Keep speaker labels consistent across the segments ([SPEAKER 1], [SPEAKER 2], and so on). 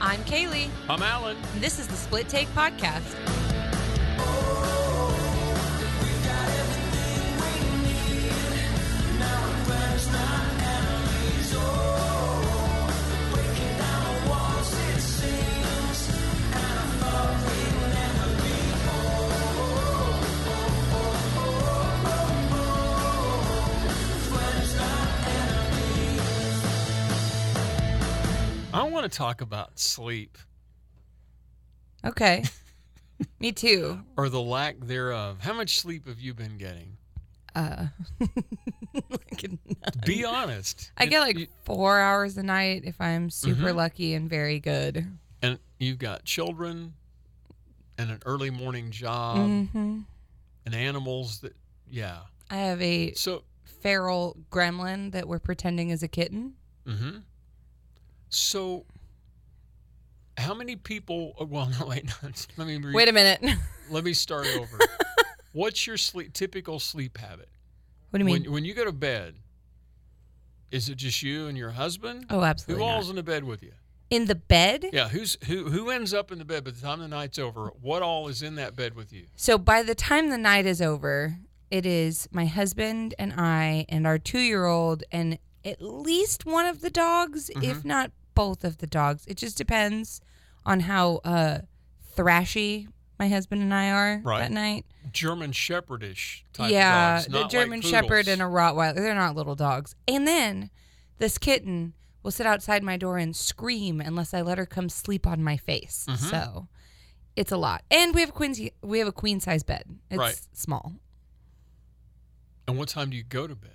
[SPEAKER 1] I'm Kaylee.
[SPEAKER 2] I'm Alan.
[SPEAKER 1] and This is the Split Take Podcast.
[SPEAKER 2] I want to talk about sleep
[SPEAKER 1] Okay. Me too.
[SPEAKER 2] or the lack thereof. How much sleep have you been getting?
[SPEAKER 1] Uh, like,
[SPEAKER 2] Be honest.
[SPEAKER 1] I
[SPEAKER 2] You-
[SPEAKER 1] get like
[SPEAKER 2] you- Mm-hmm.
[SPEAKER 1] four hours a night if I'm super lucky and very good.
[SPEAKER 2] and you've got children and an early morning job
[SPEAKER 1] hmm
[SPEAKER 2] and animals that, yeah.
[SPEAKER 1] I have a
[SPEAKER 2] So,
[SPEAKER 1] feral gremlin that we're pretending is a kitten.
[SPEAKER 2] hmm so how many people? oh, Well, no, wait. Let me re-
[SPEAKER 1] Wait a minute. what
[SPEAKER 2] let me start over. What's your sleep typical sleep habit?
[SPEAKER 1] do you mean?
[SPEAKER 2] when, when you go to bed, is it just you and your husband?
[SPEAKER 1] oh,
[SPEAKER 2] Who
[SPEAKER 1] absolutely.
[SPEAKER 2] all's
[SPEAKER 1] not.
[SPEAKER 2] in the bed with you?
[SPEAKER 1] In the bed?
[SPEAKER 2] Yeah, who's who? Who ends up in the bed by the time the night's over? What all is in that bed with you?
[SPEAKER 1] So by the time the night is over, it is my husband and I and our two year old and at least one of the dogs, if not both of the dogs. It just depends on how uh, thrashy my husband and I are
[SPEAKER 2] Right.
[SPEAKER 1] that night.
[SPEAKER 2] German Shepherdish type
[SPEAKER 1] yeah,
[SPEAKER 2] dogs,
[SPEAKER 1] the
[SPEAKER 2] not
[SPEAKER 1] German
[SPEAKER 2] like
[SPEAKER 1] Shepherd
[SPEAKER 2] poodles.
[SPEAKER 1] and a Rottweiler. They're not little dogs. And then this kitten will sit outside my door and scream unless I let her come sleep on my face.
[SPEAKER 2] Mhm.
[SPEAKER 1] So it's a lot. And we have a queen we have a queen size bed. It's
[SPEAKER 2] Right.
[SPEAKER 1] small.
[SPEAKER 2] And what time do you go to bed?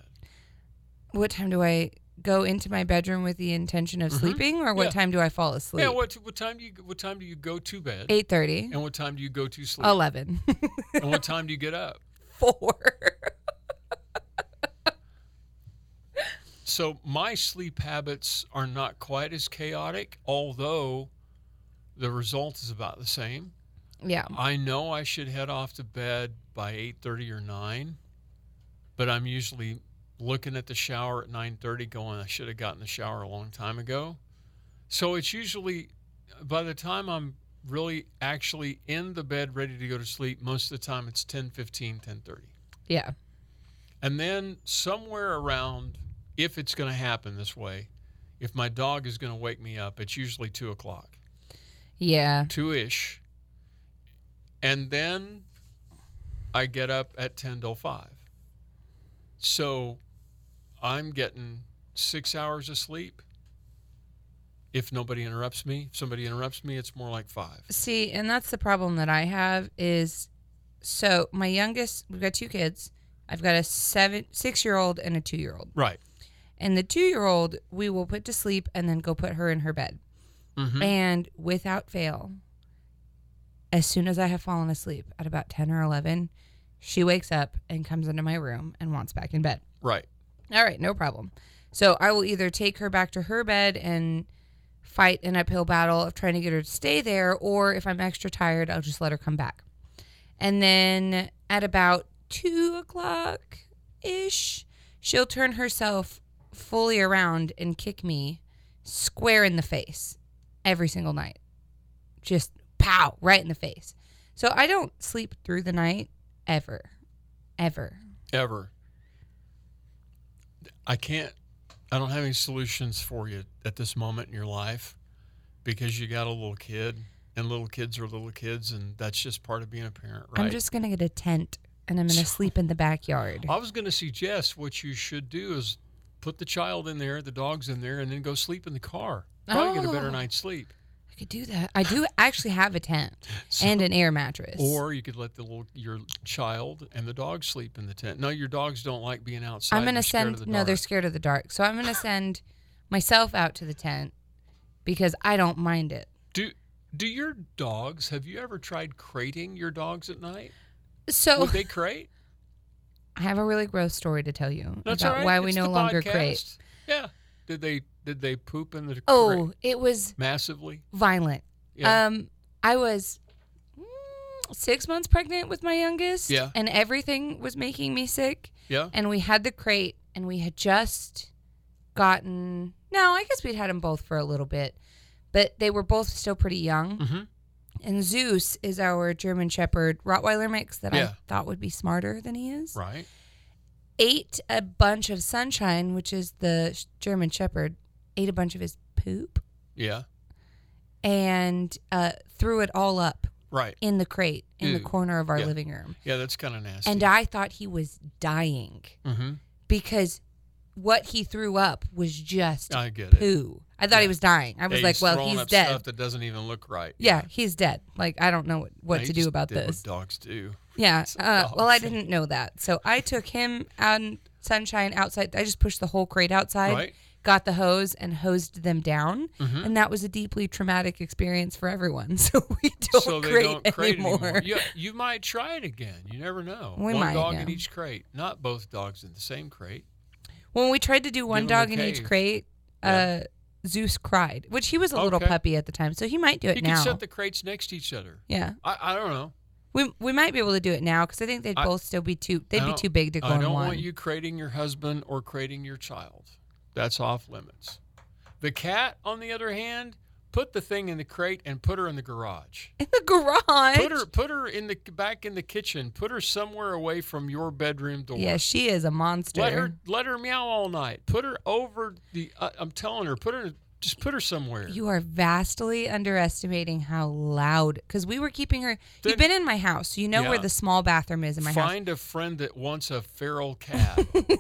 [SPEAKER 1] What time do I go into my bedroom with the intention of
[SPEAKER 2] Mhm.
[SPEAKER 1] sleeping or what
[SPEAKER 2] Yeah.
[SPEAKER 1] time do I fall asleep?
[SPEAKER 2] Yeah, what what time do you what time do you go to bed?
[SPEAKER 1] 8:30,
[SPEAKER 2] And what time do you go to sleep?
[SPEAKER 1] 11,
[SPEAKER 2] and what time do you get up?
[SPEAKER 1] 4.
[SPEAKER 2] So my sleep habits are not quite as chaotic, although the result is about the same.
[SPEAKER 1] yeah.
[SPEAKER 2] I know I should head off to bed by 8:30 or 9, but I'm usually looking at the shower at 9:30 going I should have gotten the shower a long time ago. So it's usually by the time I'm really actually in the bed ready to go to sleep, most of the time it's 10:15, 10:30.
[SPEAKER 1] Yeah.
[SPEAKER 2] And then somewhere around, if it's going to happen this way, if my dog is going to wake me up, it's usually two o'clock,
[SPEAKER 1] Yeah.
[SPEAKER 2] two ish. And then I get up at 10 till 5. So I'm getting six hours of sleep. If nobody interrupts me, if somebody interrupts me, it's more like five.
[SPEAKER 1] See, and that's the problem that I have is so my youngest, we've got two kids. I've got a seven, six year old and a two year old.
[SPEAKER 2] Right.
[SPEAKER 1] And the two year old, we will put to sleep and then go put her in her bed. Mm-hmm.
[SPEAKER 2] Mhm.
[SPEAKER 1] And without fail, as soon as I have fallen asleep at about 10 or 11, she wakes up and comes into my room and wants back in bed.
[SPEAKER 2] Right.
[SPEAKER 1] All right, no problem. So I will either take her back to her bed and fight an uphill battle of trying to get her to stay there, or if I'm extra tired, I'll just let her come back. And then at about two o'clock ish, she'll turn herself fully around and kick me square in the face every single night. Just pow, right in the face. So I don't sleep through the night ever, ever.
[SPEAKER 2] ever. I can't, I don't have any solutions for you at this moment in your life because you got a little kid and little kids are little kids and that's just part of being a parent, right?
[SPEAKER 1] I'm just gonna get a tent and I'm gonna sleep in the backyard.
[SPEAKER 2] I was going to suggest what you should do is put the child in there, the dog's in there, and then go sleep in the car. Probably get a better
[SPEAKER 1] Oh.
[SPEAKER 2] night's sleep.
[SPEAKER 1] I could do that. I do actually have a tent and an air mattress.
[SPEAKER 2] Or you could let the little your child and the dog sleep in the tent. No, your dogs don't like being outside.
[SPEAKER 1] I'm gonna
[SPEAKER 2] They're scared
[SPEAKER 1] send
[SPEAKER 2] of the
[SPEAKER 1] no, they're
[SPEAKER 2] dark.
[SPEAKER 1] scared of the dark. So I'm gonna send myself out to the tent because I don't mind it.
[SPEAKER 2] Do do your dogs? Have you ever tried crating your dogs at night?
[SPEAKER 1] So Oh.
[SPEAKER 2] Would they crate?
[SPEAKER 1] I have a really gross story to tell you
[SPEAKER 2] That's
[SPEAKER 1] about
[SPEAKER 2] all right.
[SPEAKER 1] why we
[SPEAKER 2] It's
[SPEAKER 1] no
[SPEAKER 2] the
[SPEAKER 1] longer
[SPEAKER 2] podcast.
[SPEAKER 1] crate.
[SPEAKER 2] Yeah. Did they did they poop in the
[SPEAKER 1] Oh,
[SPEAKER 2] crate
[SPEAKER 1] it was
[SPEAKER 2] massively?
[SPEAKER 1] violent.
[SPEAKER 2] Yeah.
[SPEAKER 1] Um, I was mm, six months pregnant with my youngest,
[SPEAKER 2] Yeah.
[SPEAKER 1] and everything was making me sick.
[SPEAKER 2] yeah.
[SPEAKER 1] and we had the crate and we had just gotten no i guess we'd had them both for a little bit but they were both still pretty young.
[SPEAKER 2] Mm-hmm.
[SPEAKER 1] And Zeus is our German Shepherd Rottweiler mix that
[SPEAKER 2] Yeah.
[SPEAKER 1] I thought would be smarter than he is.
[SPEAKER 2] Right.
[SPEAKER 1] Ate a bunch of Sunshine, which is the sh- German Shepherd, ate a bunch of his poop
[SPEAKER 2] Yeah.
[SPEAKER 1] and uh, threw it all up
[SPEAKER 2] Right.
[SPEAKER 1] in the crate in the
[SPEAKER 2] Ew.
[SPEAKER 1] corner of our
[SPEAKER 2] Mm. Yeah.
[SPEAKER 1] living room.
[SPEAKER 2] Yeah, that's kind of nasty.
[SPEAKER 1] And I thought he was dying
[SPEAKER 2] mm-hmm.
[SPEAKER 1] because what he threw up was just
[SPEAKER 2] I get it.
[SPEAKER 1] poo. I thought he
[SPEAKER 2] Yeah.
[SPEAKER 1] was dying. I was
[SPEAKER 2] Yeah,
[SPEAKER 1] like, well,
[SPEAKER 2] throwing
[SPEAKER 1] he's
[SPEAKER 2] up
[SPEAKER 1] dead.
[SPEAKER 2] Stuff that doesn't even look right.
[SPEAKER 1] yeah, he's dead. Like, I don't know what, what
[SPEAKER 2] Yeah,
[SPEAKER 1] to
[SPEAKER 2] you
[SPEAKER 1] do
[SPEAKER 2] just
[SPEAKER 1] about
[SPEAKER 2] did what
[SPEAKER 1] this.
[SPEAKER 2] dogs do.
[SPEAKER 1] Yeah.
[SPEAKER 2] It's a
[SPEAKER 1] Uh,
[SPEAKER 2] dog
[SPEAKER 1] well, I
[SPEAKER 2] thing.
[SPEAKER 1] didn't know that. So I took him and Sunshine outside. I just pushed the whole crate outside,
[SPEAKER 2] Right.
[SPEAKER 1] got the hose, and hosed them down.
[SPEAKER 2] Mhm.
[SPEAKER 1] And that was a deeply traumatic experience for everyone. So we don't,
[SPEAKER 2] so they
[SPEAKER 1] crate,
[SPEAKER 2] don't crate
[SPEAKER 1] anymore.
[SPEAKER 2] anymore. Yeah, you might try it again. You never know.
[SPEAKER 1] We
[SPEAKER 2] one
[SPEAKER 1] might,
[SPEAKER 2] dog in
[SPEAKER 1] yeah.
[SPEAKER 2] each crate, not both dogs in the same crate.
[SPEAKER 1] When we tried to do one
[SPEAKER 2] Give 'em a
[SPEAKER 1] dog in each
[SPEAKER 2] cave.
[SPEAKER 1] crate, uh, Zeus cried, which he was a little
[SPEAKER 2] Okay.
[SPEAKER 1] puppy at the time. So he might do it
[SPEAKER 2] you
[SPEAKER 1] now.
[SPEAKER 2] can set the crates next to each other.
[SPEAKER 1] yeah.
[SPEAKER 2] I, I don't know.
[SPEAKER 1] We, we might be able to do it now because I think they'd
[SPEAKER 2] I-
[SPEAKER 1] both still be too
[SPEAKER 2] I
[SPEAKER 1] they'd be
[SPEAKER 2] don't-
[SPEAKER 1] too big to go
[SPEAKER 2] I
[SPEAKER 1] on
[SPEAKER 2] don't
[SPEAKER 1] one.
[SPEAKER 2] want you crating your husband or crating your child. That's off limits. The cat, on the other hand, put the thing in the crate and put her in the garage.
[SPEAKER 1] in the garage.
[SPEAKER 2] Put her, put her in the back in the kitchen. Put her somewhere away from your bedroom door.
[SPEAKER 1] yeah, she is a monster.
[SPEAKER 2] Let her let her meow all night. Put her over the. Uh, I'm telling her, put her just put her somewhere.
[SPEAKER 1] You are vastly underestimating how loud because we were keeping her. You've
[SPEAKER 2] Then-
[SPEAKER 1] been in my house, so you know where
[SPEAKER 2] Yeah.
[SPEAKER 1] the small bathroom is in my
[SPEAKER 2] Find a friend that wants a feral cat.
[SPEAKER 1] house.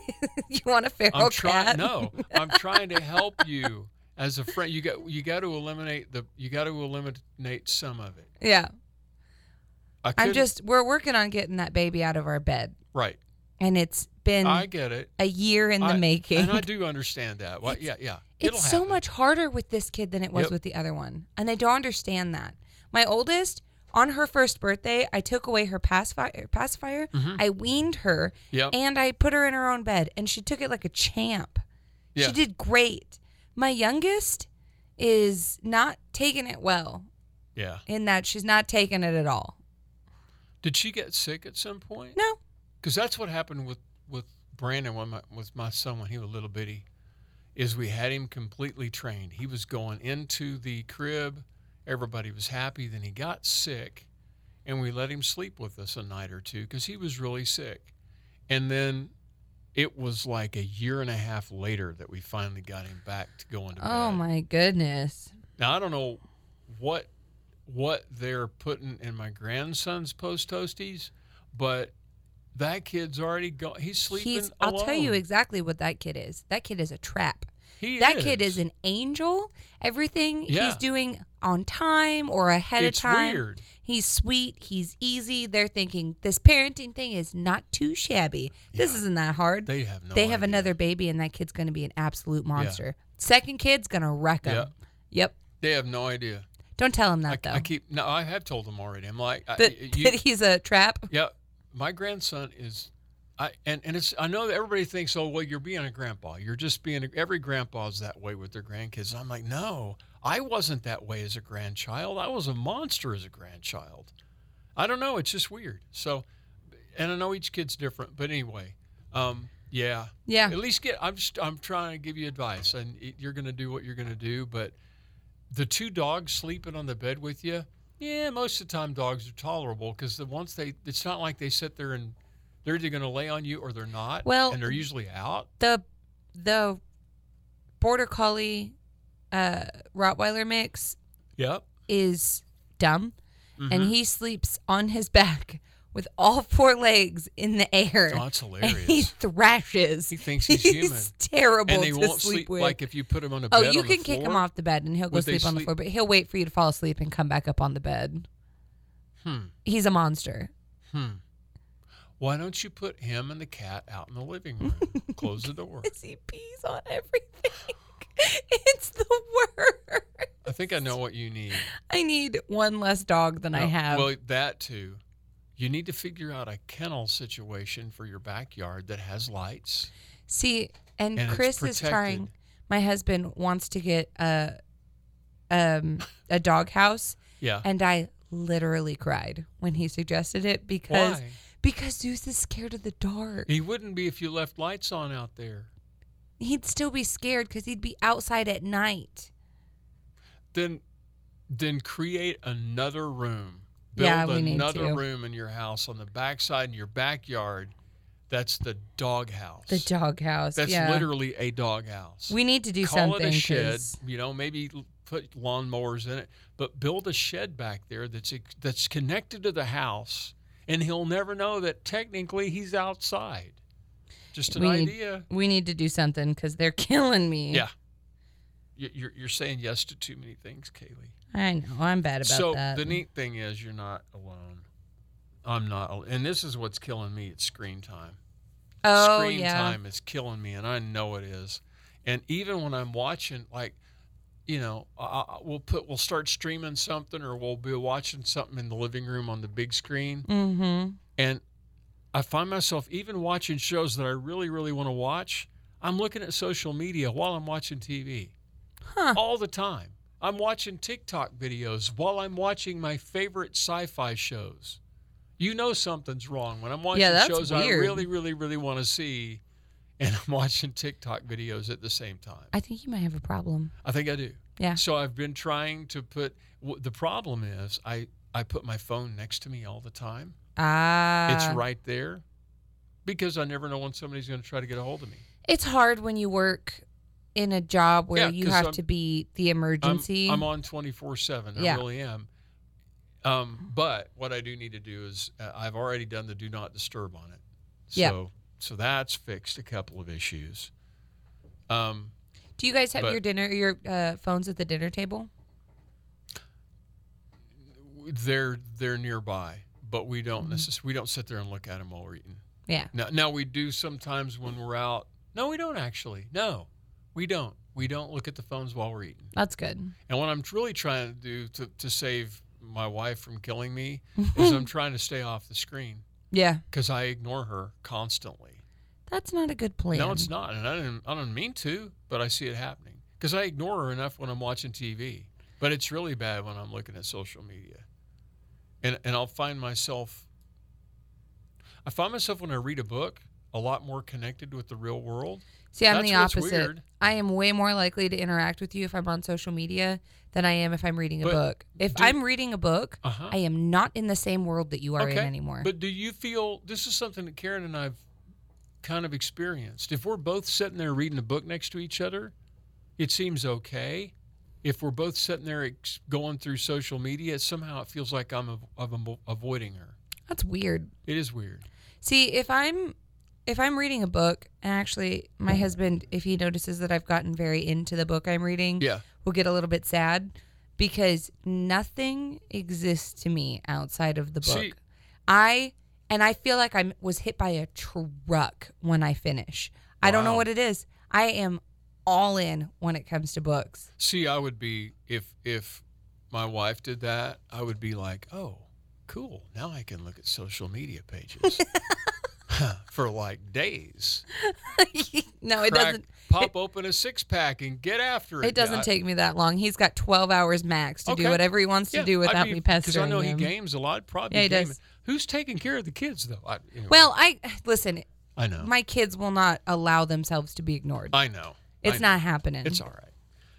[SPEAKER 1] you want a feral
[SPEAKER 2] I'm
[SPEAKER 1] cat?
[SPEAKER 2] trying. No, I'm trying to help you as a friend. You got you got to eliminate the you got to eliminate some of it.
[SPEAKER 1] Yeah,
[SPEAKER 2] I
[SPEAKER 1] I'm
[SPEAKER 2] couldn't-
[SPEAKER 1] just. We're working on getting that baby out of our bed,
[SPEAKER 2] right.
[SPEAKER 1] and it's been
[SPEAKER 2] I get it.
[SPEAKER 1] a year in
[SPEAKER 2] I-
[SPEAKER 1] the making.
[SPEAKER 2] and I do understand that. What? Yeah, yeah. It'll
[SPEAKER 1] it's so
[SPEAKER 2] happen.
[SPEAKER 1] much harder with this kid than it was
[SPEAKER 2] Yep.
[SPEAKER 1] with the other one, and I don't understand that. My oldest, on her first birthday, I took away her pacifier. pacifier. I weaned her,
[SPEAKER 2] Mm-hmm. Yep.
[SPEAKER 1] and I put her in her own bed, and she took it like a champ.
[SPEAKER 2] Yeah.
[SPEAKER 1] She did great. My youngest is not taking it well
[SPEAKER 2] Yeah.
[SPEAKER 1] in that she's not taking it at all.
[SPEAKER 2] Did she get sick at some point?
[SPEAKER 1] No.
[SPEAKER 2] because that's what happened with with Brandon when my, with my son when he was a little bitty, is we had him completely trained. He was going into the crib, everybody was happy. Then he got sick, and we let him sleep with us a night or two because he was really sick. And then it was like a year and a half later that we finally got him back to going to bed.
[SPEAKER 1] Oh my goodness.
[SPEAKER 2] Now I don't know what what they're putting in my grandson's post toasties, but that kid's already gone. He's sleeping.
[SPEAKER 1] He's I'll tell you
[SPEAKER 2] alone.
[SPEAKER 1] exactly what that kid is. That kid is a trap.
[SPEAKER 2] He
[SPEAKER 1] that kid is an angel. Everything
[SPEAKER 2] Yeah.
[SPEAKER 1] he's doing on time or ahead
[SPEAKER 2] It's
[SPEAKER 1] of time.
[SPEAKER 2] weird.
[SPEAKER 1] He's sweet. He's easy. They're thinking this parenting thing is not too shabby. This
[SPEAKER 2] Yeah.
[SPEAKER 1] isn't that hard.
[SPEAKER 2] They have no.
[SPEAKER 1] they have
[SPEAKER 2] idea.
[SPEAKER 1] another baby and that kid's going to be an absolute monster. Second kid's going to wreck him. Yep.
[SPEAKER 2] They have no idea.
[SPEAKER 1] Don't tell him
[SPEAKER 2] I,
[SPEAKER 1] that though.
[SPEAKER 2] I keep no. I have told them already. I'm like, I,
[SPEAKER 1] that,
[SPEAKER 2] you,
[SPEAKER 1] that he's a trap.
[SPEAKER 2] yeah. My grandson is. I, and, and it's I know that everybody thinks oh well you're being a grandpa you're just being a, every grandpa's that way with their grandkids and I'm like no I wasn't that way as a grandchild I was a monster as a grandchild I don't know. It's just weird. So, and I know each kid's different, but anyway, um, yeah,
[SPEAKER 1] Yeah.
[SPEAKER 2] At least get. I'm just. I'm trying to give you advice, and it- you're going to do what you're going to do. But the two dogs sleeping on the bed with you, yeah, most of the time dogs are tolerable because the once they, it's not like they sit there and they're either going to lay on you or they're not.
[SPEAKER 1] Well-
[SPEAKER 2] and they're usually out.
[SPEAKER 1] The the border collie uh, Rottweiler mix
[SPEAKER 2] Yep. Mm-hmm.
[SPEAKER 1] is dumb, and he sleeps on his back with all four legs in the air.
[SPEAKER 2] Oh, that's
[SPEAKER 1] and he
[SPEAKER 2] hilarious.
[SPEAKER 1] thrashes.
[SPEAKER 2] He thinks he's human.
[SPEAKER 1] terrible
[SPEAKER 2] And they
[SPEAKER 1] to
[SPEAKER 2] won't
[SPEAKER 1] sleep,
[SPEAKER 2] sleep
[SPEAKER 1] with.
[SPEAKER 2] like if you put him on a bed.
[SPEAKER 1] oh, you
[SPEAKER 2] on the
[SPEAKER 1] can kick him
[SPEAKER 2] floor.
[SPEAKER 1] off the bed and he'll go
[SPEAKER 2] Would they
[SPEAKER 1] sleep on the
[SPEAKER 2] sleep-
[SPEAKER 1] floor, but he'll wait for you to fall asleep and come back up on the bed.
[SPEAKER 2] Hmm.
[SPEAKER 1] He's a monster.
[SPEAKER 2] Hmm. Why don't you put him and the cat out in the living room? Close the door.
[SPEAKER 1] He pees on everything. it's the worst.
[SPEAKER 2] I think I know what you need.
[SPEAKER 1] I need one less dog than I
[SPEAKER 2] No,
[SPEAKER 1] have.
[SPEAKER 2] Oh, Well, that too. You need to figure out a kennel situation for your backyard that has lights.
[SPEAKER 1] See, and,
[SPEAKER 2] And it's
[SPEAKER 1] Chris is trying.
[SPEAKER 2] protected.
[SPEAKER 1] My husband wants to get a um a dog house,
[SPEAKER 2] Yeah.
[SPEAKER 1] and I literally cried when he suggested it because
[SPEAKER 2] Why?
[SPEAKER 1] because Zeus is scared of the dark.
[SPEAKER 2] He wouldn't be if you left lights on out there.
[SPEAKER 1] He'd still be scared because he'd be outside at night.
[SPEAKER 2] then then create another room. Build
[SPEAKER 1] Yeah, we need
[SPEAKER 2] another
[SPEAKER 1] to.
[SPEAKER 2] room in your house on the backside in your backyard. That's the dog house.
[SPEAKER 1] The doghouse.
[SPEAKER 2] That's
[SPEAKER 1] yeah.
[SPEAKER 2] literally a dog house.
[SPEAKER 1] we need to do
[SPEAKER 2] Call
[SPEAKER 1] something.
[SPEAKER 2] it a shed.
[SPEAKER 1] 'cause-
[SPEAKER 2] You know, maybe l- put lawnmowers in it, but build a shed back there that's ex- that's connected to the house, and he'll never know that technically he's outside. Just an
[SPEAKER 1] We need-
[SPEAKER 2] idea.
[SPEAKER 1] We need to do something because they're killing me.
[SPEAKER 2] Yeah. You- You're, you're saying yes to too many things, Kaylee.
[SPEAKER 1] I know. I'm bad about
[SPEAKER 2] so
[SPEAKER 1] that.
[SPEAKER 2] the neat thing is you're not alone. I'm not, al- and this is what's killing me. It's screen time.
[SPEAKER 1] oh
[SPEAKER 2] screen
[SPEAKER 1] yeah.
[SPEAKER 2] time is killing me, and I know it is. And even when I'm watching, like, you know, I, I- we'll put we'll start streaming something, or we'll be watching something in the living room on the big screen,
[SPEAKER 1] Mm-hmm.
[SPEAKER 2] and I find myself even watching shows that I really, really want to watch. I'm looking at social media while I'm watching TV
[SPEAKER 1] Huh.
[SPEAKER 2] all the time. I'm watching TikTok videos while I'm watching my favorite sci-fi shows. You know something's wrong when I'm watching
[SPEAKER 1] that's
[SPEAKER 2] shows
[SPEAKER 1] weird.
[SPEAKER 2] I really, really, really want to see, and I'm watching TikTok videos at the same time.
[SPEAKER 1] I think you might have a problem.
[SPEAKER 2] I think I do.
[SPEAKER 1] Yeah.
[SPEAKER 2] So I've been trying to put. W- the problem is I I put my phone next to me all the time.
[SPEAKER 1] Ah.
[SPEAKER 2] it's right there, because I never know when somebody's going to try to get a hold of me.
[SPEAKER 1] It's hard when you work in a job where
[SPEAKER 2] Yeah,
[SPEAKER 1] you
[SPEAKER 2] 'cause
[SPEAKER 1] have
[SPEAKER 2] I'm-
[SPEAKER 1] to be the
[SPEAKER 2] I'm,
[SPEAKER 1] emergency.
[SPEAKER 2] I'm on 24 7. I
[SPEAKER 1] Yeah.
[SPEAKER 2] really am. Um, but what I do need to do is uh, I've already done the do not disturb on it. So,
[SPEAKER 1] Yeah.
[SPEAKER 2] so that's fixed a couple of issues. Um,
[SPEAKER 1] do you guys have
[SPEAKER 2] but-
[SPEAKER 1] your dinner, your uh, phones at the dinner table?
[SPEAKER 2] they're they're nearby, but we don't necess- we don't sit there and look at them while we're eating.
[SPEAKER 1] Mm-hmm. Yeah.
[SPEAKER 2] Now, now we do sometimes when we're out. No, we don't actually. No, we don't. We don't look at the phones while we're eating.
[SPEAKER 1] That's good.
[SPEAKER 2] And what I'm really trying to do to, to save my wife from killing me is I'm trying to stay off the screen.
[SPEAKER 1] Yeah.
[SPEAKER 2] because I ignore her constantly.
[SPEAKER 1] That's not a good plan.
[SPEAKER 2] No, it's not, and I don't. I don't mean to, but I see it happening because I ignore her enough when I'm watching TV. But it's really bad when I'm looking at social media, and and I'll find myself. I find myself when I read a book a lot more connected with the real world.
[SPEAKER 1] See, I'm
[SPEAKER 2] That's
[SPEAKER 1] the
[SPEAKER 2] what's
[SPEAKER 1] opposite.
[SPEAKER 2] weird.
[SPEAKER 1] I am way more likely to interact with you if I'm on social media than I am if I'm reading a
[SPEAKER 2] But
[SPEAKER 1] book. If
[SPEAKER 2] do-
[SPEAKER 1] I'm reading a book,
[SPEAKER 2] Uh huh.
[SPEAKER 1] I am not in the same world that you are in
[SPEAKER 2] Okay,
[SPEAKER 1] anymore.
[SPEAKER 2] But do you feel this is something that Karen and I've kind of experienced? If we're both sitting there reading a book next to each other, it seems okay. If we're both sitting there ex- going through social media, somehow it feels like I'm, av- av- am- avoiding her.
[SPEAKER 1] That's weird.
[SPEAKER 2] It is weird.
[SPEAKER 1] See, if I'm if I'm reading a book, and actually my
[SPEAKER 2] Mm.
[SPEAKER 1] husband, if he notices that I've gotten very into the book I'm reading,
[SPEAKER 2] Yeah.
[SPEAKER 1] will get a little bit sad because nothing exists to me outside of the book.
[SPEAKER 2] See-
[SPEAKER 1] I and I feel like I was hit by a truck when I finish. I don't know
[SPEAKER 2] Wow.
[SPEAKER 1] what it is. I am all in when it comes to books.
[SPEAKER 2] See, I would be if if my wife did that, I would be like, "Oh, cool. Now I can look at social media pages." For like days,
[SPEAKER 1] no, it
[SPEAKER 2] Crack-
[SPEAKER 1] doesn't.
[SPEAKER 2] pop open a six pack and get after it.
[SPEAKER 1] It doesn't
[SPEAKER 2] I-
[SPEAKER 1] take me that long. He's got 12 hours max to do
[SPEAKER 2] Okay.
[SPEAKER 1] whatever he wants to do without me pestering
[SPEAKER 2] Because I know
[SPEAKER 1] him.
[SPEAKER 2] he games a lot. Probably
[SPEAKER 1] Yeah, he
[SPEAKER 2] gaming.
[SPEAKER 1] does.
[SPEAKER 2] Who's taking care of the kids though? I, anyway,
[SPEAKER 1] Well, I listen.
[SPEAKER 2] I know.
[SPEAKER 1] My kids will not allow themselves to be ignored.
[SPEAKER 2] I know. I
[SPEAKER 1] It's
[SPEAKER 2] know.
[SPEAKER 1] not happening.
[SPEAKER 2] It's all right.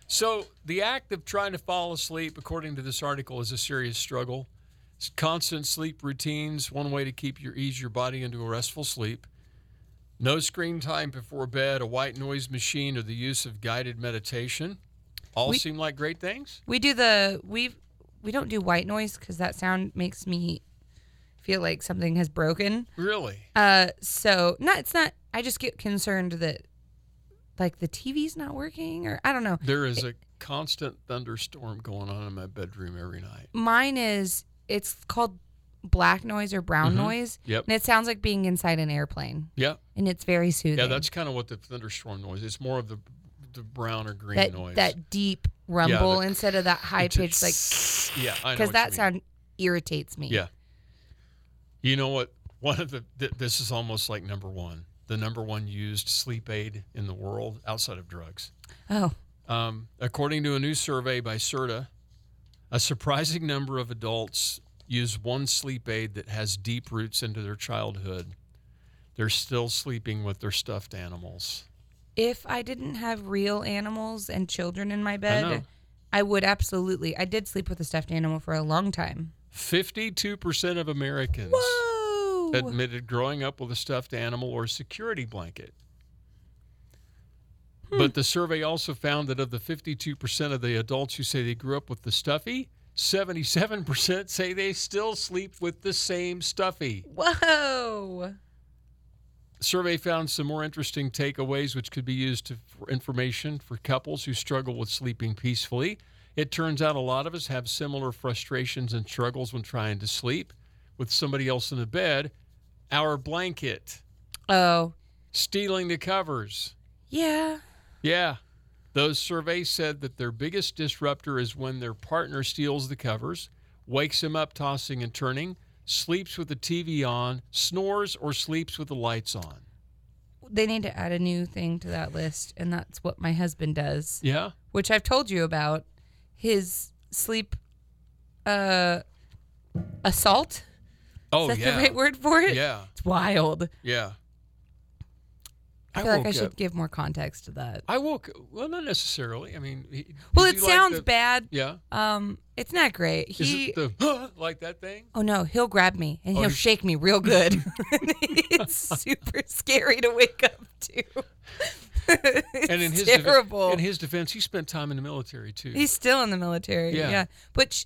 [SPEAKER 2] So the act of trying to fall asleep, according to this article, is a serious struggle. S- Constant sleep routines, one way to keep your ease your body into a restful sleep. No screen time before bed, a white noise machine, or the use of guided meditation. All
[SPEAKER 1] We-
[SPEAKER 2] seem like great things.
[SPEAKER 1] We do the we we don't do white noise because that sound makes me feel like something has broken.
[SPEAKER 2] Really?
[SPEAKER 1] Uh, so not it's not. I just get concerned that like the TV's not working or I don't know.
[SPEAKER 2] There is a constant thunderstorm going on in my bedroom every night.
[SPEAKER 1] Mine is it's called black noise or brown
[SPEAKER 2] Mm-hmm.
[SPEAKER 1] noise,
[SPEAKER 2] Yep.
[SPEAKER 1] and it sounds like being inside an airplane,
[SPEAKER 2] Yeah.
[SPEAKER 1] and it's very soothing.
[SPEAKER 2] Yeah, that's kind of what the thunderstorm noise. It's more of the the brown or green
[SPEAKER 1] that
[SPEAKER 2] noise.
[SPEAKER 1] that deep rumble
[SPEAKER 2] the-
[SPEAKER 1] instead of that high
[SPEAKER 2] It's a
[SPEAKER 1] pitch like
[SPEAKER 2] yeah, I know what
[SPEAKER 1] because
[SPEAKER 2] you
[SPEAKER 1] that
[SPEAKER 2] mean.
[SPEAKER 1] sound irritates me.
[SPEAKER 2] Yeah. You know what? One of the th- this is almost like number one, the number one used sleep aid in the world outside of drugs.
[SPEAKER 1] Oh,
[SPEAKER 2] Um, according to a new survey by CERTA, a surprising number of adults use one sleep aid that has deep roots into their childhood. They're still sleeping with their stuffed animals.
[SPEAKER 1] if I didn't have real animals and children in my
[SPEAKER 2] know.
[SPEAKER 1] bed, I would absolutely. I did sleep with a stuffed animal for a long time.
[SPEAKER 2] 52% of Americans
[SPEAKER 1] Whoa.
[SPEAKER 2] admitted growing up with a stuffed animal or security blanket. But the survey also found that of the 52% of the adults who say they grew up with the stuffy, 77% say they still sleep with the same stuffy.
[SPEAKER 1] Whoa.
[SPEAKER 2] survey found some more interesting takeaways which could be used to, for information for couples who struggle with sleeping peacefully. It turns out a lot of us have similar frustrations and struggles when trying to sleep with somebody else in the bed. Our blanket,
[SPEAKER 1] Oh.
[SPEAKER 2] stealing the covers.
[SPEAKER 1] Yeah.
[SPEAKER 2] Yeah. Those surveys said that their biggest disruptor is when their partner steals the covers, wakes him up tossing and turning, sleeps with the TV on, snores, or sleeps with the lights on.
[SPEAKER 1] They need to add a new thing to that list, and that's what my husband does,
[SPEAKER 2] Yeah.
[SPEAKER 1] which I've told you about. His sleep uh assault.
[SPEAKER 2] Oh,
[SPEAKER 1] Is that
[SPEAKER 2] yeah.
[SPEAKER 1] the right word for it?
[SPEAKER 2] Yeah,
[SPEAKER 1] It's wild.
[SPEAKER 2] yeah.
[SPEAKER 1] I feel like I
[SPEAKER 2] woke
[SPEAKER 1] should
[SPEAKER 2] up-
[SPEAKER 1] give more context to that.
[SPEAKER 2] I woke. Well, not necessarily. I mean, he-
[SPEAKER 1] Well,
[SPEAKER 2] did
[SPEAKER 1] it
[SPEAKER 2] you like
[SPEAKER 1] sounds
[SPEAKER 2] the-
[SPEAKER 1] bad.
[SPEAKER 2] Yeah.
[SPEAKER 1] Um, it's not great.
[SPEAKER 2] Is
[SPEAKER 1] He
[SPEAKER 2] it the like that thing?
[SPEAKER 1] Oh no, he'll grab me and
[SPEAKER 2] Oh,
[SPEAKER 1] he'll
[SPEAKER 2] you-
[SPEAKER 1] shake me real good. it's super scary to wake up to. it's
[SPEAKER 2] And in his defe-
[SPEAKER 1] terrible.
[SPEAKER 2] in his defense, he spent time in the military too.
[SPEAKER 1] He's still in the military.
[SPEAKER 2] Yeah.
[SPEAKER 1] Yeah. But sh-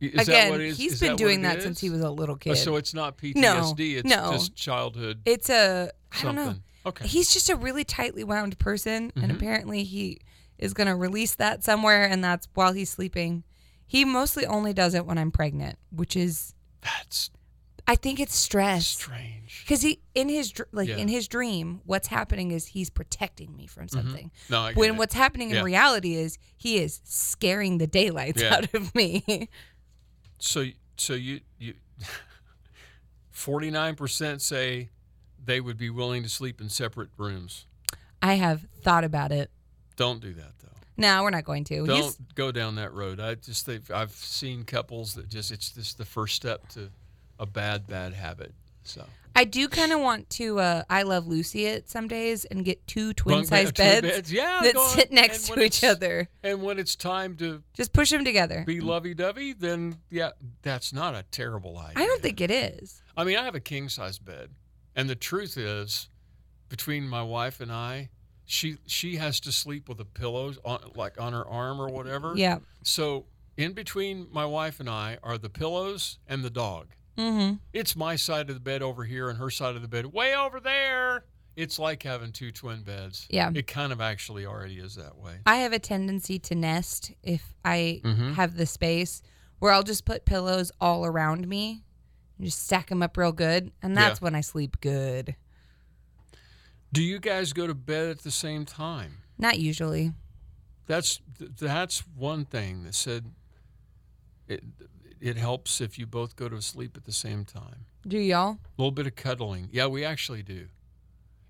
[SPEAKER 2] is that
[SPEAKER 1] again,
[SPEAKER 2] what it is?
[SPEAKER 1] he's
[SPEAKER 2] Is
[SPEAKER 1] been
[SPEAKER 2] what
[SPEAKER 1] doing
[SPEAKER 2] it
[SPEAKER 1] that since
[SPEAKER 2] is?
[SPEAKER 1] he was a little
[SPEAKER 2] Oh,
[SPEAKER 1] kid.
[SPEAKER 2] so it's not PTSD. it's
[SPEAKER 1] no.
[SPEAKER 2] just childhood
[SPEAKER 1] it's a I
[SPEAKER 2] something.
[SPEAKER 1] don't know.
[SPEAKER 2] Okay. Mm-hmm.
[SPEAKER 1] He's just a really tightly wound person and apparently he is going to release that somewhere and that's while he's sleeping. He mostly only does it when I'm pregnant, which is
[SPEAKER 2] That's
[SPEAKER 1] I think it's stress.
[SPEAKER 2] strange.
[SPEAKER 1] Because he in his dr- like
[SPEAKER 2] Yeah.
[SPEAKER 1] in his dream, what's happening is he's protecting me from something.
[SPEAKER 2] No, I get
[SPEAKER 1] When
[SPEAKER 2] it.
[SPEAKER 1] what's happening in
[SPEAKER 2] Yeah.
[SPEAKER 1] reality is he is scaring the daylights
[SPEAKER 2] Yeah.
[SPEAKER 1] out of me.
[SPEAKER 2] So, so you you. Forty nine percent say they would be willing to sleep in separate rooms.
[SPEAKER 1] I have thought about it.
[SPEAKER 2] Don't do that though.
[SPEAKER 1] No, we're not going to.
[SPEAKER 2] Don't
[SPEAKER 1] He's,
[SPEAKER 2] go down that road. I just think I've seen couples that just it's just the first step to a bad bad habit. So
[SPEAKER 1] I do kind of want to. Uh, I love Lucy it some days and get two twin
[SPEAKER 2] Bunk
[SPEAKER 1] size
[SPEAKER 2] bed- two
[SPEAKER 1] beds,
[SPEAKER 2] yeah,
[SPEAKER 1] that
[SPEAKER 2] go on.
[SPEAKER 1] sit next
[SPEAKER 2] And
[SPEAKER 1] to
[SPEAKER 2] when
[SPEAKER 1] each
[SPEAKER 2] it's-
[SPEAKER 1] other.
[SPEAKER 2] And when it's time to
[SPEAKER 1] Just push them together.
[SPEAKER 2] be lovey dovey, then yeah, that's not a terrible idea.
[SPEAKER 1] I don't think it is.
[SPEAKER 2] I mean, I have a king size bed, and the truth is, between my wife and I, she she has to sleep with a pillow on like on her arm or whatever.
[SPEAKER 1] Yeah.
[SPEAKER 2] So in between my wife and I are the pillows and the dog.
[SPEAKER 1] Mm-hmm.
[SPEAKER 2] it's my side of the bed over here and her side of the bed way over there. It's like having two twin beds.
[SPEAKER 1] Yeah.
[SPEAKER 2] It kind of actually already is that way.
[SPEAKER 1] I have a tendency to nest if I
[SPEAKER 2] Mhm.
[SPEAKER 1] have the space where I'll just put pillows all around me and just stack them up real good. And that's
[SPEAKER 2] Yeah.
[SPEAKER 1] when I sleep good.
[SPEAKER 2] Do you guys go to bed at the same time?
[SPEAKER 1] Not usually.
[SPEAKER 2] That's th- that's one thing that said it it helps if you both go to sleep at the same time.
[SPEAKER 1] Do y'all?
[SPEAKER 2] A little bit of cuddling. Yeah, we actually do.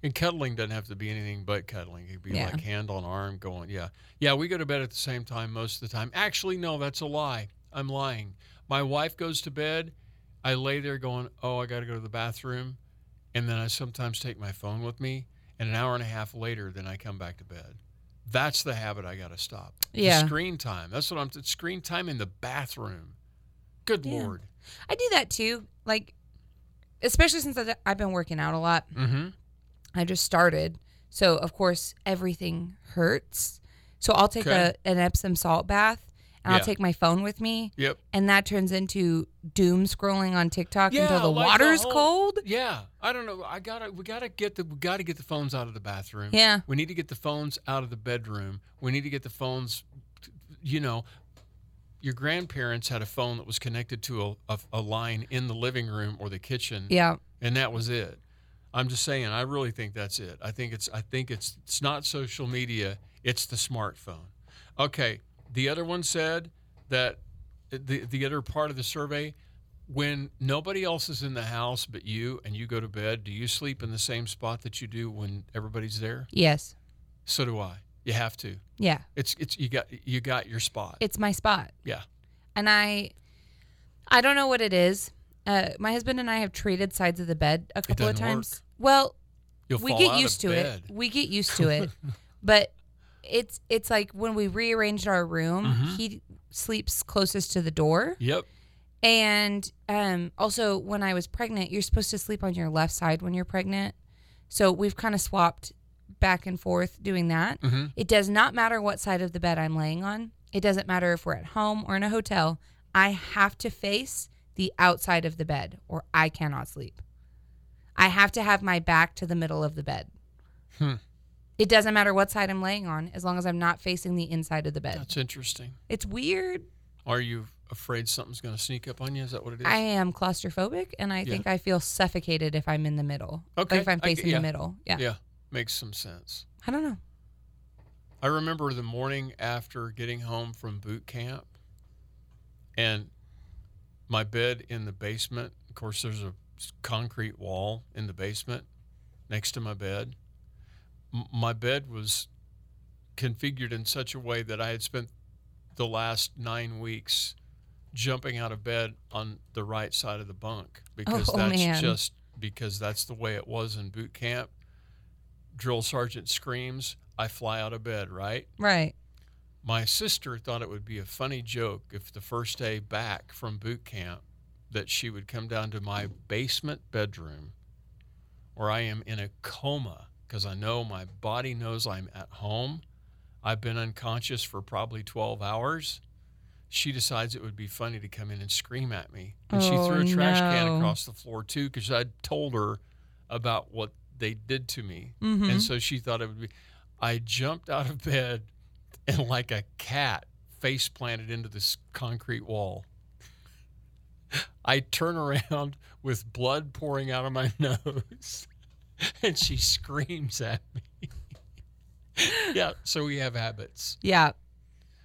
[SPEAKER 2] And cuddling doesn't have to be anything but cuddling. It could be
[SPEAKER 1] Yeah.
[SPEAKER 2] like hand on arm going. Yeah. Yeah, we go to bed at the same time most of the time. Actually, no, that's a lie. I'm lying. My wife goes to bed. I lay there going, oh, I got to go to the bathroom. And then I sometimes take my phone with me. And an hour and a half later, then I come back to bed. That's the habit I got to stop. The
[SPEAKER 1] Yeah.
[SPEAKER 2] screen time. That's what I'm, screen time in the bathroom. Good
[SPEAKER 1] Yeah.
[SPEAKER 2] Lord.
[SPEAKER 1] I do that too. Like, especially since I- I've been working out a lot,
[SPEAKER 2] Mm-hmm.
[SPEAKER 1] I just started. So, of course, everything hurts. So, I'll take a,
[SPEAKER 2] Okay.
[SPEAKER 1] an Epsom salt bath and
[SPEAKER 2] Yeah.
[SPEAKER 1] I'll take my phone with me.
[SPEAKER 2] Yep.
[SPEAKER 1] And that turns into doom scrolling on TikTok
[SPEAKER 2] Yeah,
[SPEAKER 1] until the
[SPEAKER 2] like the
[SPEAKER 1] water's
[SPEAKER 2] whole-
[SPEAKER 1] cold.
[SPEAKER 2] Yeah, I don't know. I gotta. We gotta get the. We gotta get the phones out of the bathroom.
[SPEAKER 1] Yeah.
[SPEAKER 2] We need to get the phones out of the bedroom. We need to get the phones. You know, your grandparents had a phone that was connected to a, a, a line in the living room or the kitchen,
[SPEAKER 1] Yeah.
[SPEAKER 2] and that was it. I'm just saying. I really think that's it. I think it's. I think it's. It's not social media. It's the smartphone. Okay. The other one said that the the other part of the survey when nobody else is in the house but you and you go to bed, do you sleep in the same spot that you do when everybody's there?
[SPEAKER 1] Yes.
[SPEAKER 2] So do I. You have to.
[SPEAKER 1] Yeah.
[SPEAKER 2] It's it's you got you got your spot.
[SPEAKER 1] it's my spot
[SPEAKER 2] yeah.
[SPEAKER 1] and i i don't know what it is uh, my husband and i have traded sides of the bed a couple of
[SPEAKER 2] doesn't work.
[SPEAKER 1] times well
[SPEAKER 2] You'll
[SPEAKER 1] we
[SPEAKER 2] fall
[SPEAKER 1] get
[SPEAKER 2] out
[SPEAKER 1] used to
[SPEAKER 2] of bed.
[SPEAKER 1] it we get used to it but it's it's like when we rearranged our room,
[SPEAKER 2] Mhm.
[SPEAKER 1] he sleeps closest to the door.
[SPEAKER 2] Yep.
[SPEAKER 1] And um, also, when I was pregnant, you're supposed to sleep on your left side when you're pregnant. So we've kind of swapped back and forth doing that.
[SPEAKER 2] hmm
[SPEAKER 1] It does not matter what side of the bed I'm laying on. It doesn't matter if we're at home or in a hotel. I have to face the outside of the bed or I cannot sleep. I have to have my back to the middle of the bed.
[SPEAKER 2] Hmm.
[SPEAKER 1] It doesn't matter what side I'm laying on as long as I'm not facing the inside of the bed.
[SPEAKER 2] That's interesting.
[SPEAKER 1] It's weird.
[SPEAKER 2] Are you afraid something's going to sneak up on you? Is that what it is?
[SPEAKER 1] I am claustrophobic and I
[SPEAKER 2] Yeah.
[SPEAKER 1] think I feel suffocated if I'm in the middle.
[SPEAKER 2] Okay,
[SPEAKER 1] Or if I'm
[SPEAKER 2] I g-
[SPEAKER 1] facing
[SPEAKER 2] yeah.
[SPEAKER 1] the middle. Yeah.
[SPEAKER 2] yeah, makes some sense.
[SPEAKER 1] I don't know.
[SPEAKER 2] I remember the morning after getting home from boot camp and my bed in the basement. Of course, there's a s- concrete wall in the basement next to my bed. M- my bed was configured in such a way that I had spent the last nine weeks jumping out of bed on the right side of the bunk because
[SPEAKER 1] Oh,
[SPEAKER 2] that's
[SPEAKER 1] man.
[SPEAKER 2] just because that's the way it was in boot camp. Drill sergeant screams, I fly out of bed, right?
[SPEAKER 1] Right.
[SPEAKER 2] My sister thought it would be a funny joke if the first day back from boot camp that she would come down to my basement bedroom where I am in a coma because I know my body knows I'm at home. I've been unconscious for probably 12 hours. She decides it would be funny to come in and scream at me. And she
[SPEAKER 1] Oh,
[SPEAKER 2] threw a trash can
[SPEAKER 1] no.
[SPEAKER 2] across the floor too because I'd told her about what they did to me
[SPEAKER 1] Mm-hmm.
[SPEAKER 2] and so she thought it would be. I jumped out of bed and, like a cat, face planted into this concrete wall. I turn around with blood pouring out of my nose, and she screams at me. yeah, so we have habits.
[SPEAKER 1] yeah.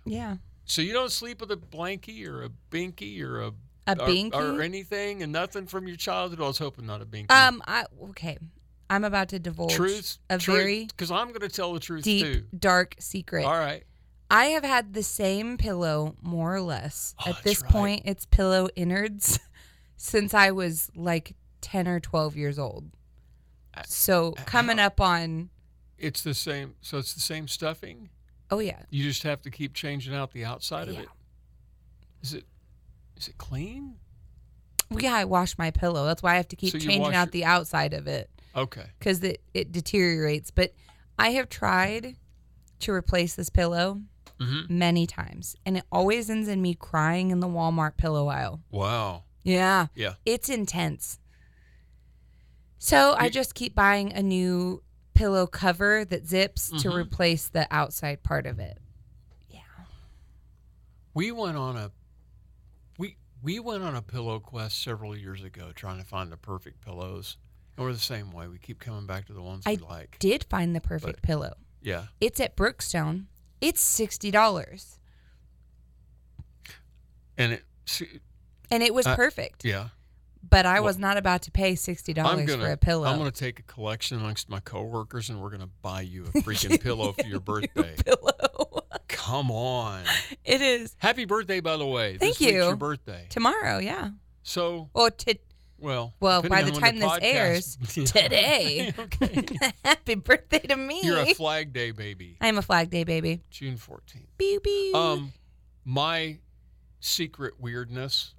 [SPEAKER 1] Yeah.
[SPEAKER 2] So you don't sleep with a blankie or a binky or a
[SPEAKER 1] A
[SPEAKER 2] or-
[SPEAKER 1] binky.
[SPEAKER 2] or, anything, and nothing from your childhood. I was hoping not a binky.
[SPEAKER 1] Um, I okay. I'm about to divulge
[SPEAKER 2] truth,
[SPEAKER 1] a very
[SPEAKER 2] because I'm going to tell the truth
[SPEAKER 1] deep,
[SPEAKER 2] too.
[SPEAKER 1] dark secret.
[SPEAKER 2] All right.
[SPEAKER 1] I have had the same pillow, more or less.
[SPEAKER 2] Oh,
[SPEAKER 1] At
[SPEAKER 2] that's
[SPEAKER 1] this
[SPEAKER 2] right.
[SPEAKER 1] point, it's pillow innards since I was like 10 or 12 years old.
[SPEAKER 2] Uh,
[SPEAKER 1] So
[SPEAKER 2] uh,
[SPEAKER 1] coming
[SPEAKER 2] how-
[SPEAKER 1] up on,
[SPEAKER 2] It's the same. So it's the same stuffing.
[SPEAKER 1] oh yeah,
[SPEAKER 2] You just have to keep changing out the outside
[SPEAKER 1] Yeah.
[SPEAKER 2] of it. Is it is it clean?
[SPEAKER 1] well, yeah, I wash my pillow. That's why I have to keep
[SPEAKER 2] So you wash
[SPEAKER 1] changing out
[SPEAKER 2] your-
[SPEAKER 1] the outside of it
[SPEAKER 2] Okay.
[SPEAKER 1] because it, it deteriorates. But I have tried to replace this pillow
[SPEAKER 2] Mm-hmm.
[SPEAKER 1] many times, and it always ends in me crying in the Walmart pillow aisle.
[SPEAKER 2] Wow.
[SPEAKER 1] Yeah.
[SPEAKER 2] Yeah.
[SPEAKER 1] It's intense. So I
[SPEAKER 2] You-
[SPEAKER 1] just keep buying a new pillow cover that zips to
[SPEAKER 2] Mhm.
[SPEAKER 1] replace the outside part of it.
[SPEAKER 2] We went on a we we went on a pillow quest several years ago trying to find the perfect pillows. And we're the same way. We keep coming back to the ones
[SPEAKER 1] I
[SPEAKER 2] we like.
[SPEAKER 1] Did find the perfect pillow.
[SPEAKER 2] yeah.
[SPEAKER 1] It's at Brookstone. It's $60
[SPEAKER 2] And it see,
[SPEAKER 1] and it was
[SPEAKER 2] Uh,
[SPEAKER 1] perfect.
[SPEAKER 2] yeah.
[SPEAKER 1] But I
[SPEAKER 2] well,
[SPEAKER 1] was not about to pay $60
[SPEAKER 2] I'm gonna
[SPEAKER 1] for a pillow.
[SPEAKER 2] I'm gonna take a collection amongst my coworkers and we're gonna buy you a freaking pillow for your birthday.
[SPEAKER 1] pillow.
[SPEAKER 2] Come on.
[SPEAKER 1] it is
[SPEAKER 2] Happy birthday, by the way.
[SPEAKER 1] Thank
[SPEAKER 2] this week's
[SPEAKER 1] you.
[SPEAKER 2] your birthday.
[SPEAKER 1] tomorrow, yeah.
[SPEAKER 2] So,
[SPEAKER 1] Or to
[SPEAKER 2] well,
[SPEAKER 1] Well,
[SPEAKER 2] depending
[SPEAKER 1] by the
[SPEAKER 2] on when
[SPEAKER 1] time this
[SPEAKER 2] podcast-
[SPEAKER 1] airs,
[SPEAKER 2] Yeah.
[SPEAKER 1] today.
[SPEAKER 2] okay.
[SPEAKER 1] Happy birthday to me.
[SPEAKER 2] You're a Flag Day baby,
[SPEAKER 1] I'm a Flag Day baby.
[SPEAKER 2] June 14th.
[SPEAKER 1] Pew, pew.
[SPEAKER 2] Um, my secret weirdness,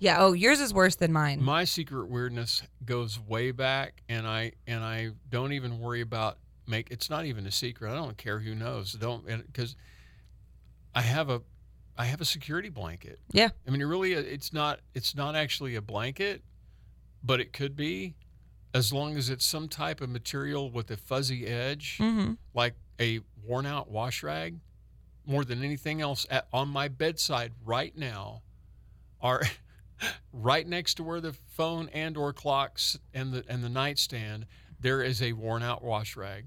[SPEAKER 1] yeah. Oh, yours is worse than mine.
[SPEAKER 2] my secret weirdness goes way back, and I and I don't even worry about make. It's not even a secret. I don't care who knows. Don't because I have a I have a security blanket.
[SPEAKER 1] Yeah.
[SPEAKER 2] I mean, it really, it's not, it's not actually a blanket, but it could be, as long as it's some type of material with a fuzzy edge,
[SPEAKER 1] Mm-hmm.
[SPEAKER 2] like a worn-out wash rag. More than anything else, at, on my bedside right now, are right next to where the phone and/or clocks and the and the nightstand. There is a worn-out wash rag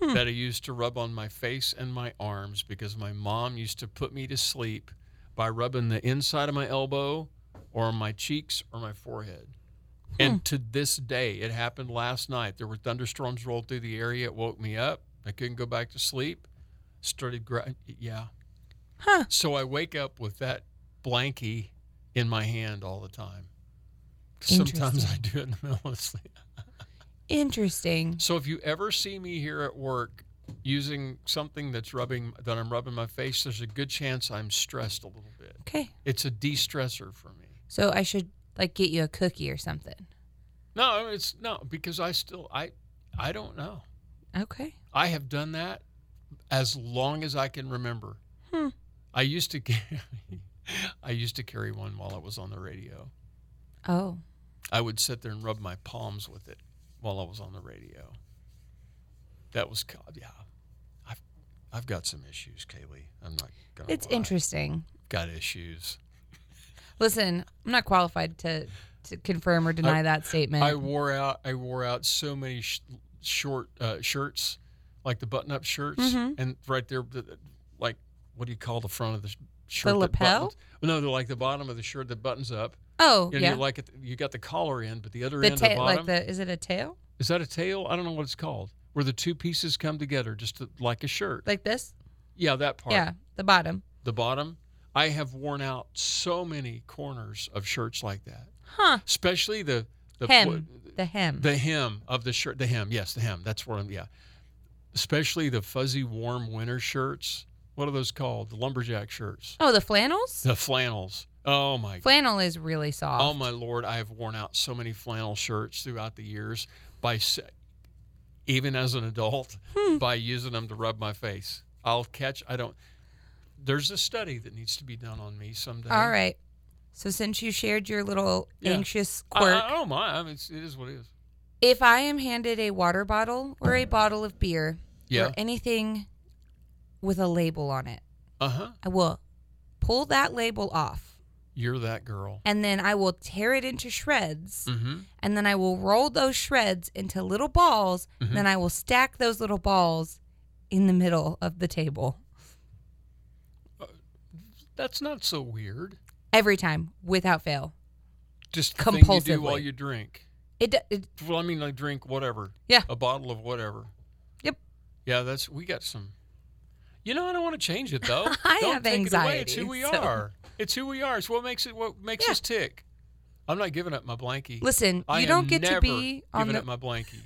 [SPEAKER 1] Hmm.
[SPEAKER 2] that I used to rub on my face and my arms because my mom used to put me to sleep by rubbing the inside of my elbow or on my cheeks or my forehead.
[SPEAKER 1] Hmm.
[SPEAKER 2] And to this day, it happened last night. There were thunderstorms rolled through the area. It woke me up. I couldn't go back to sleep. Started, gra- yeah.
[SPEAKER 1] Huh.
[SPEAKER 2] So I wake up with that blankie in my hand all the time. Sometimes I do it in the middle of sleep.
[SPEAKER 1] Interesting.
[SPEAKER 2] So if you ever see me here at work using something that's rubbing that I'm rubbing my face, there's a good chance I'm stressed a little bit.
[SPEAKER 1] Okay.
[SPEAKER 2] It's a de-stressor for me.
[SPEAKER 1] So I should like get you a cookie or something.
[SPEAKER 2] No, it's no because I still I I don't know.
[SPEAKER 1] Okay.
[SPEAKER 2] I have done that as long as I can remember.
[SPEAKER 1] Hmm.
[SPEAKER 2] I used to carry, I used to carry one while I was on the radio.
[SPEAKER 1] Oh.
[SPEAKER 2] I would sit there and rub my palms with it while I was on the radio. That was co- yeah. I've I've got some issues, Kaylee. I'm not gonna.
[SPEAKER 1] It's
[SPEAKER 2] lie.
[SPEAKER 1] interesting.
[SPEAKER 2] Got issues.
[SPEAKER 1] Listen, I'm not qualified to to confirm or deny that statement.
[SPEAKER 2] I wore out. I wore out so many sh- short uh, shirts, like the button-up shirts,
[SPEAKER 1] Mhm.
[SPEAKER 2] and right there, the- the- like what do you call the front of the sh- shirt? that
[SPEAKER 1] lapel?
[SPEAKER 2] buttons- No, they're like the bottom of the shirt that buttons up.
[SPEAKER 1] oh,
[SPEAKER 2] You know,
[SPEAKER 1] yeah.
[SPEAKER 2] you like it, you got the collar in, but the other
[SPEAKER 1] the
[SPEAKER 2] end, of the
[SPEAKER 1] tail
[SPEAKER 2] bottom,
[SPEAKER 1] like the is it a tail?
[SPEAKER 2] is that a tail? I don't know what it's called. Where the two pieces come together, just to, like a shirt.
[SPEAKER 1] Like this?
[SPEAKER 2] yeah, that part.
[SPEAKER 1] Yeah, the bottom.
[SPEAKER 2] The bottom. I have worn out so many corners of shirts like that,
[SPEAKER 1] Huh.
[SPEAKER 2] especially the the
[SPEAKER 1] Hem. The hem.
[SPEAKER 2] The hem of the shirt, the hem, yes, the hem. That's where I'm. Yeah, especially the fuzzy warm winter shirts. What are those called? The lumberjack shirts,
[SPEAKER 1] oh, the flannels?
[SPEAKER 2] the flannels. Oh my,
[SPEAKER 1] Flannel is really soft.
[SPEAKER 2] oh my lord! I have worn out so many flannel shirts throughout the years by, se- even as an adult,
[SPEAKER 1] Hmm.
[SPEAKER 2] by using them to rub my face. I'll catch. I don't. There's a study that needs to be done on me someday.
[SPEAKER 1] All right. So since you shared your little
[SPEAKER 2] Yeah. Uh,
[SPEAKER 1] anxious
[SPEAKER 2] I-
[SPEAKER 1] quirk,
[SPEAKER 2] I, I don't mind. I mean, it's, it is what it is.
[SPEAKER 1] if I am handed a water bottle or a bottle of beer
[SPEAKER 2] Yeah.
[SPEAKER 1] or anything with a label on it,
[SPEAKER 2] Uh huh.
[SPEAKER 1] I will pull that label off
[SPEAKER 2] You're that girl.
[SPEAKER 1] and then I will tear it into shreds
[SPEAKER 2] Mm-hmm.
[SPEAKER 1] and then I will roll those shreds into little balls
[SPEAKER 2] Mm-hmm.
[SPEAKER 1] and then I will stack those little balls in the middle of the table
[SPEAKER 2] That's not so weird.
[SPEAKER 1] every time without fail.
[SPEAKER 2] just the thing you do while
[SPEAKER 1] Compulsively.
[SPEAKER 2] you drink.
[SPEAKER 1] It, do- it
[SPEAKER 2] Well, I mean, like drink whatever.
[SPEAKER 1] Yeah.
[SPEAKER 2] A bottle of whatever.
[SPEAKER 1] Yep.
[SPEAKER 2] Yeah, that's we got some. You know, I don't want to change it though.
[SPEAKER 1] I
[SPEAKER 2] don't
[SPEAKER 1] have
[SPEAKER 2] take It away. It's
[SPEAKER 1] anxiety,
[SPEAKER 2] who we
[SPEAKER 1] so-
[SPEAKER 2] are. It's who we are. It's what makes it. What makes
[SPEAKER 1] Yeah.
[SPEAKER 2] us tick. I'm not giving up my blankie.
[SPEAKER 1] listen,
[SPEAKER 2] I
[SPEAKER 1] you
[SPEAKER 2] am
[SPEAKER 1] don't get to
[SPEAKER 2] never
[SPEAKER 1] be on
[SPEAKER 2] giving
[SPEAKER 1] the
[SPEAKER 2] up my blankie.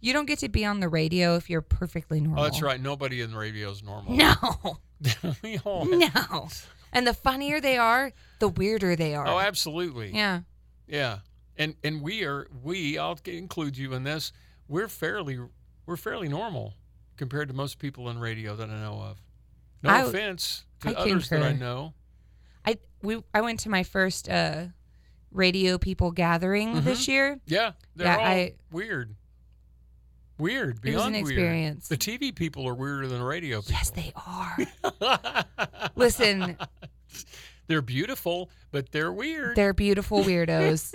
[SPEAKER 1] you don't get to be on the radio if you're perfectly normal.
[SPEAKER 2] Oh, that's right. Nobody in the radio is normal.
[SPEAKER 1] No.
[SPEAKER 2] we all.
[SPEAKER 1] No. And the funnier they are, the weirder they are.
[SPEAKER 2] Oh, absolutely.
[SPEAKER 1] yeah.
[SPEAKER 2] Yeah, and and we are we. I'll g- include you in this. We're fairly we're fairly normal compared to most people in radio that I know of. No
[SPEAKER 1] I-
[SPEAKER 2] offense to
[SPEAKER 1] I
[SPEAKER 2] others that I
[SPEAKER 1] concur.
[SPEAKER 2] know.
[SPEAKER 1] I we I went to my first uh radio people gathering this year.
[SPEAKER 2] Yeah, Mm-hmm. they're
[SPEAKER 1] Yeah,
[SPEAKER 2] all
[SPEAKER 1] I-
[SPEAKER 2] weird. Weird
[SPEAKER 1] It was an
[SPEAKER 2] beyond weird.
[SPEAKER 1] experience.
[SPEAKER 2] The TV people are weirder than radio people.
[SPEAKER 1] Yes, they are. Listen,
[SPEAKER 2] they're beautiful, but they're weird.
[SPEAKER 1] they're beautiful weirdos.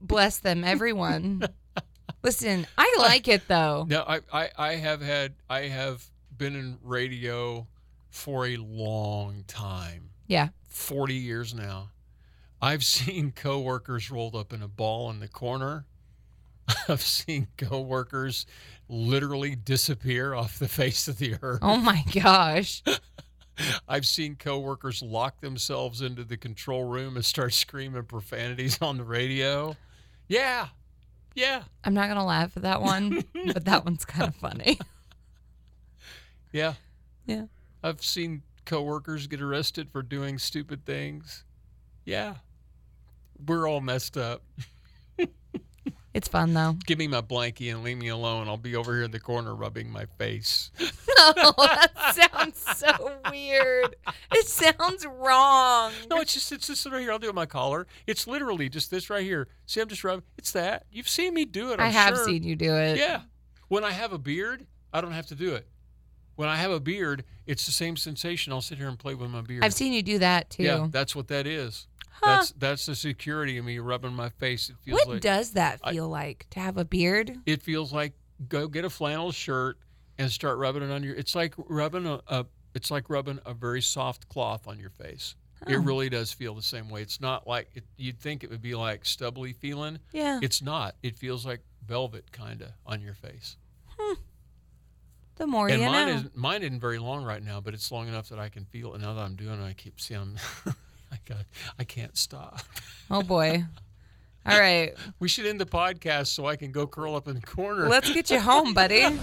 [SPEAKER 1] Bless them, everyone. Listen, I like it though.
[SPEAKER 2] No, I, I, I have had I have been in radio for a long time.
[SPEAKER 1] Yeah.
[SPEAKER 2] 40 years now. I've seen coworkers rolled up in a ball in the corner. I've seen coworkers literally disappear off the face of the earth.
[SPEAKER 1] Oh my gosh.
[SPEAKER 2] I've seen coworkers lock themselves into the control room and start screaming profanities on the radio. Yeah. Yeah.
[SPEAKER 1] I'm not gonna laugh at that one, but that one's kind of funny.
[SPEAKER 2] Yeah.
[SPEAKER 1] Yeah.
[SPEAKER 2] I've seen coworkers get arrested for doing stupid things. Yeah. We're all messed up.
[SPEAKER 1] It's fun though.
[SPEAKER 2] Give me my blankie and leave me alone. I'll be over here in the corner rubbing my face.
[SPEAKER 1] No, that sounds so weird. It sounds wrong.
[SPEAKER 2] No, it's just it's just right here. I'll do it with my collar. It's literally just this right here. See, I'm just rubbing. It's that. You've seen me do it.
[SPEAKER 1] I
[SPEAKER 2] I'm
[SPEAKER 1] have
[SPEAKER 2] sure.
[SPEAKER 1] seen you do it.
[SPEAKER 2] Yeah. When I have a beard, I don't have to do it. When I have a beard, it's the same sensation. I'll sit here and play with my beard.
[SPEAKER 1] I've seen you do that too.
[SPEAKER 2] Yeah, that's what that is.
[SPEAKER 1] Huh.
[SPEAKER 2] That's that's the security in me rubbing my face. It feels
[SPEAKER 1] what
[SPEAKER 2] like
[SPEAKER 1] does that
[SPEAKER 2] I-
[SPEAKER 1] feel like to have a beard?
[SPEAKER 2] it feels like go get a flannel shirt and start rubbing it on your. It's like rubbing a, a it's like rubbing a very soft cloth on your face. It
[SPEAKER 1] Huh.
[SPEAKER 2] really does feel the same way. It's not like it, you'd think it would be like stubbly feeling.
[SPEAKER 1] Yeah.
[SPEAKER 2] It's not. It feels like velvet kinda on your face.
[SPEAKER 1] The more
[SPEAKER 2] and
[SPEAKER 1] you
[SPEAKER 2] mine
[SPEAKER 1] know.
[SPEAKER 2] is mine isn't very long right now, but it's long enough that I can feel it. Now that I'm doing it, I keep seeing. I'm- I got. I can't stop.
[SPEAKER 1] Oh boy. All right.
[SPEAKER 2] We should end the podcast so I can go curl up in the corner.
[SPEAKER 1] Let's get you home, buddy.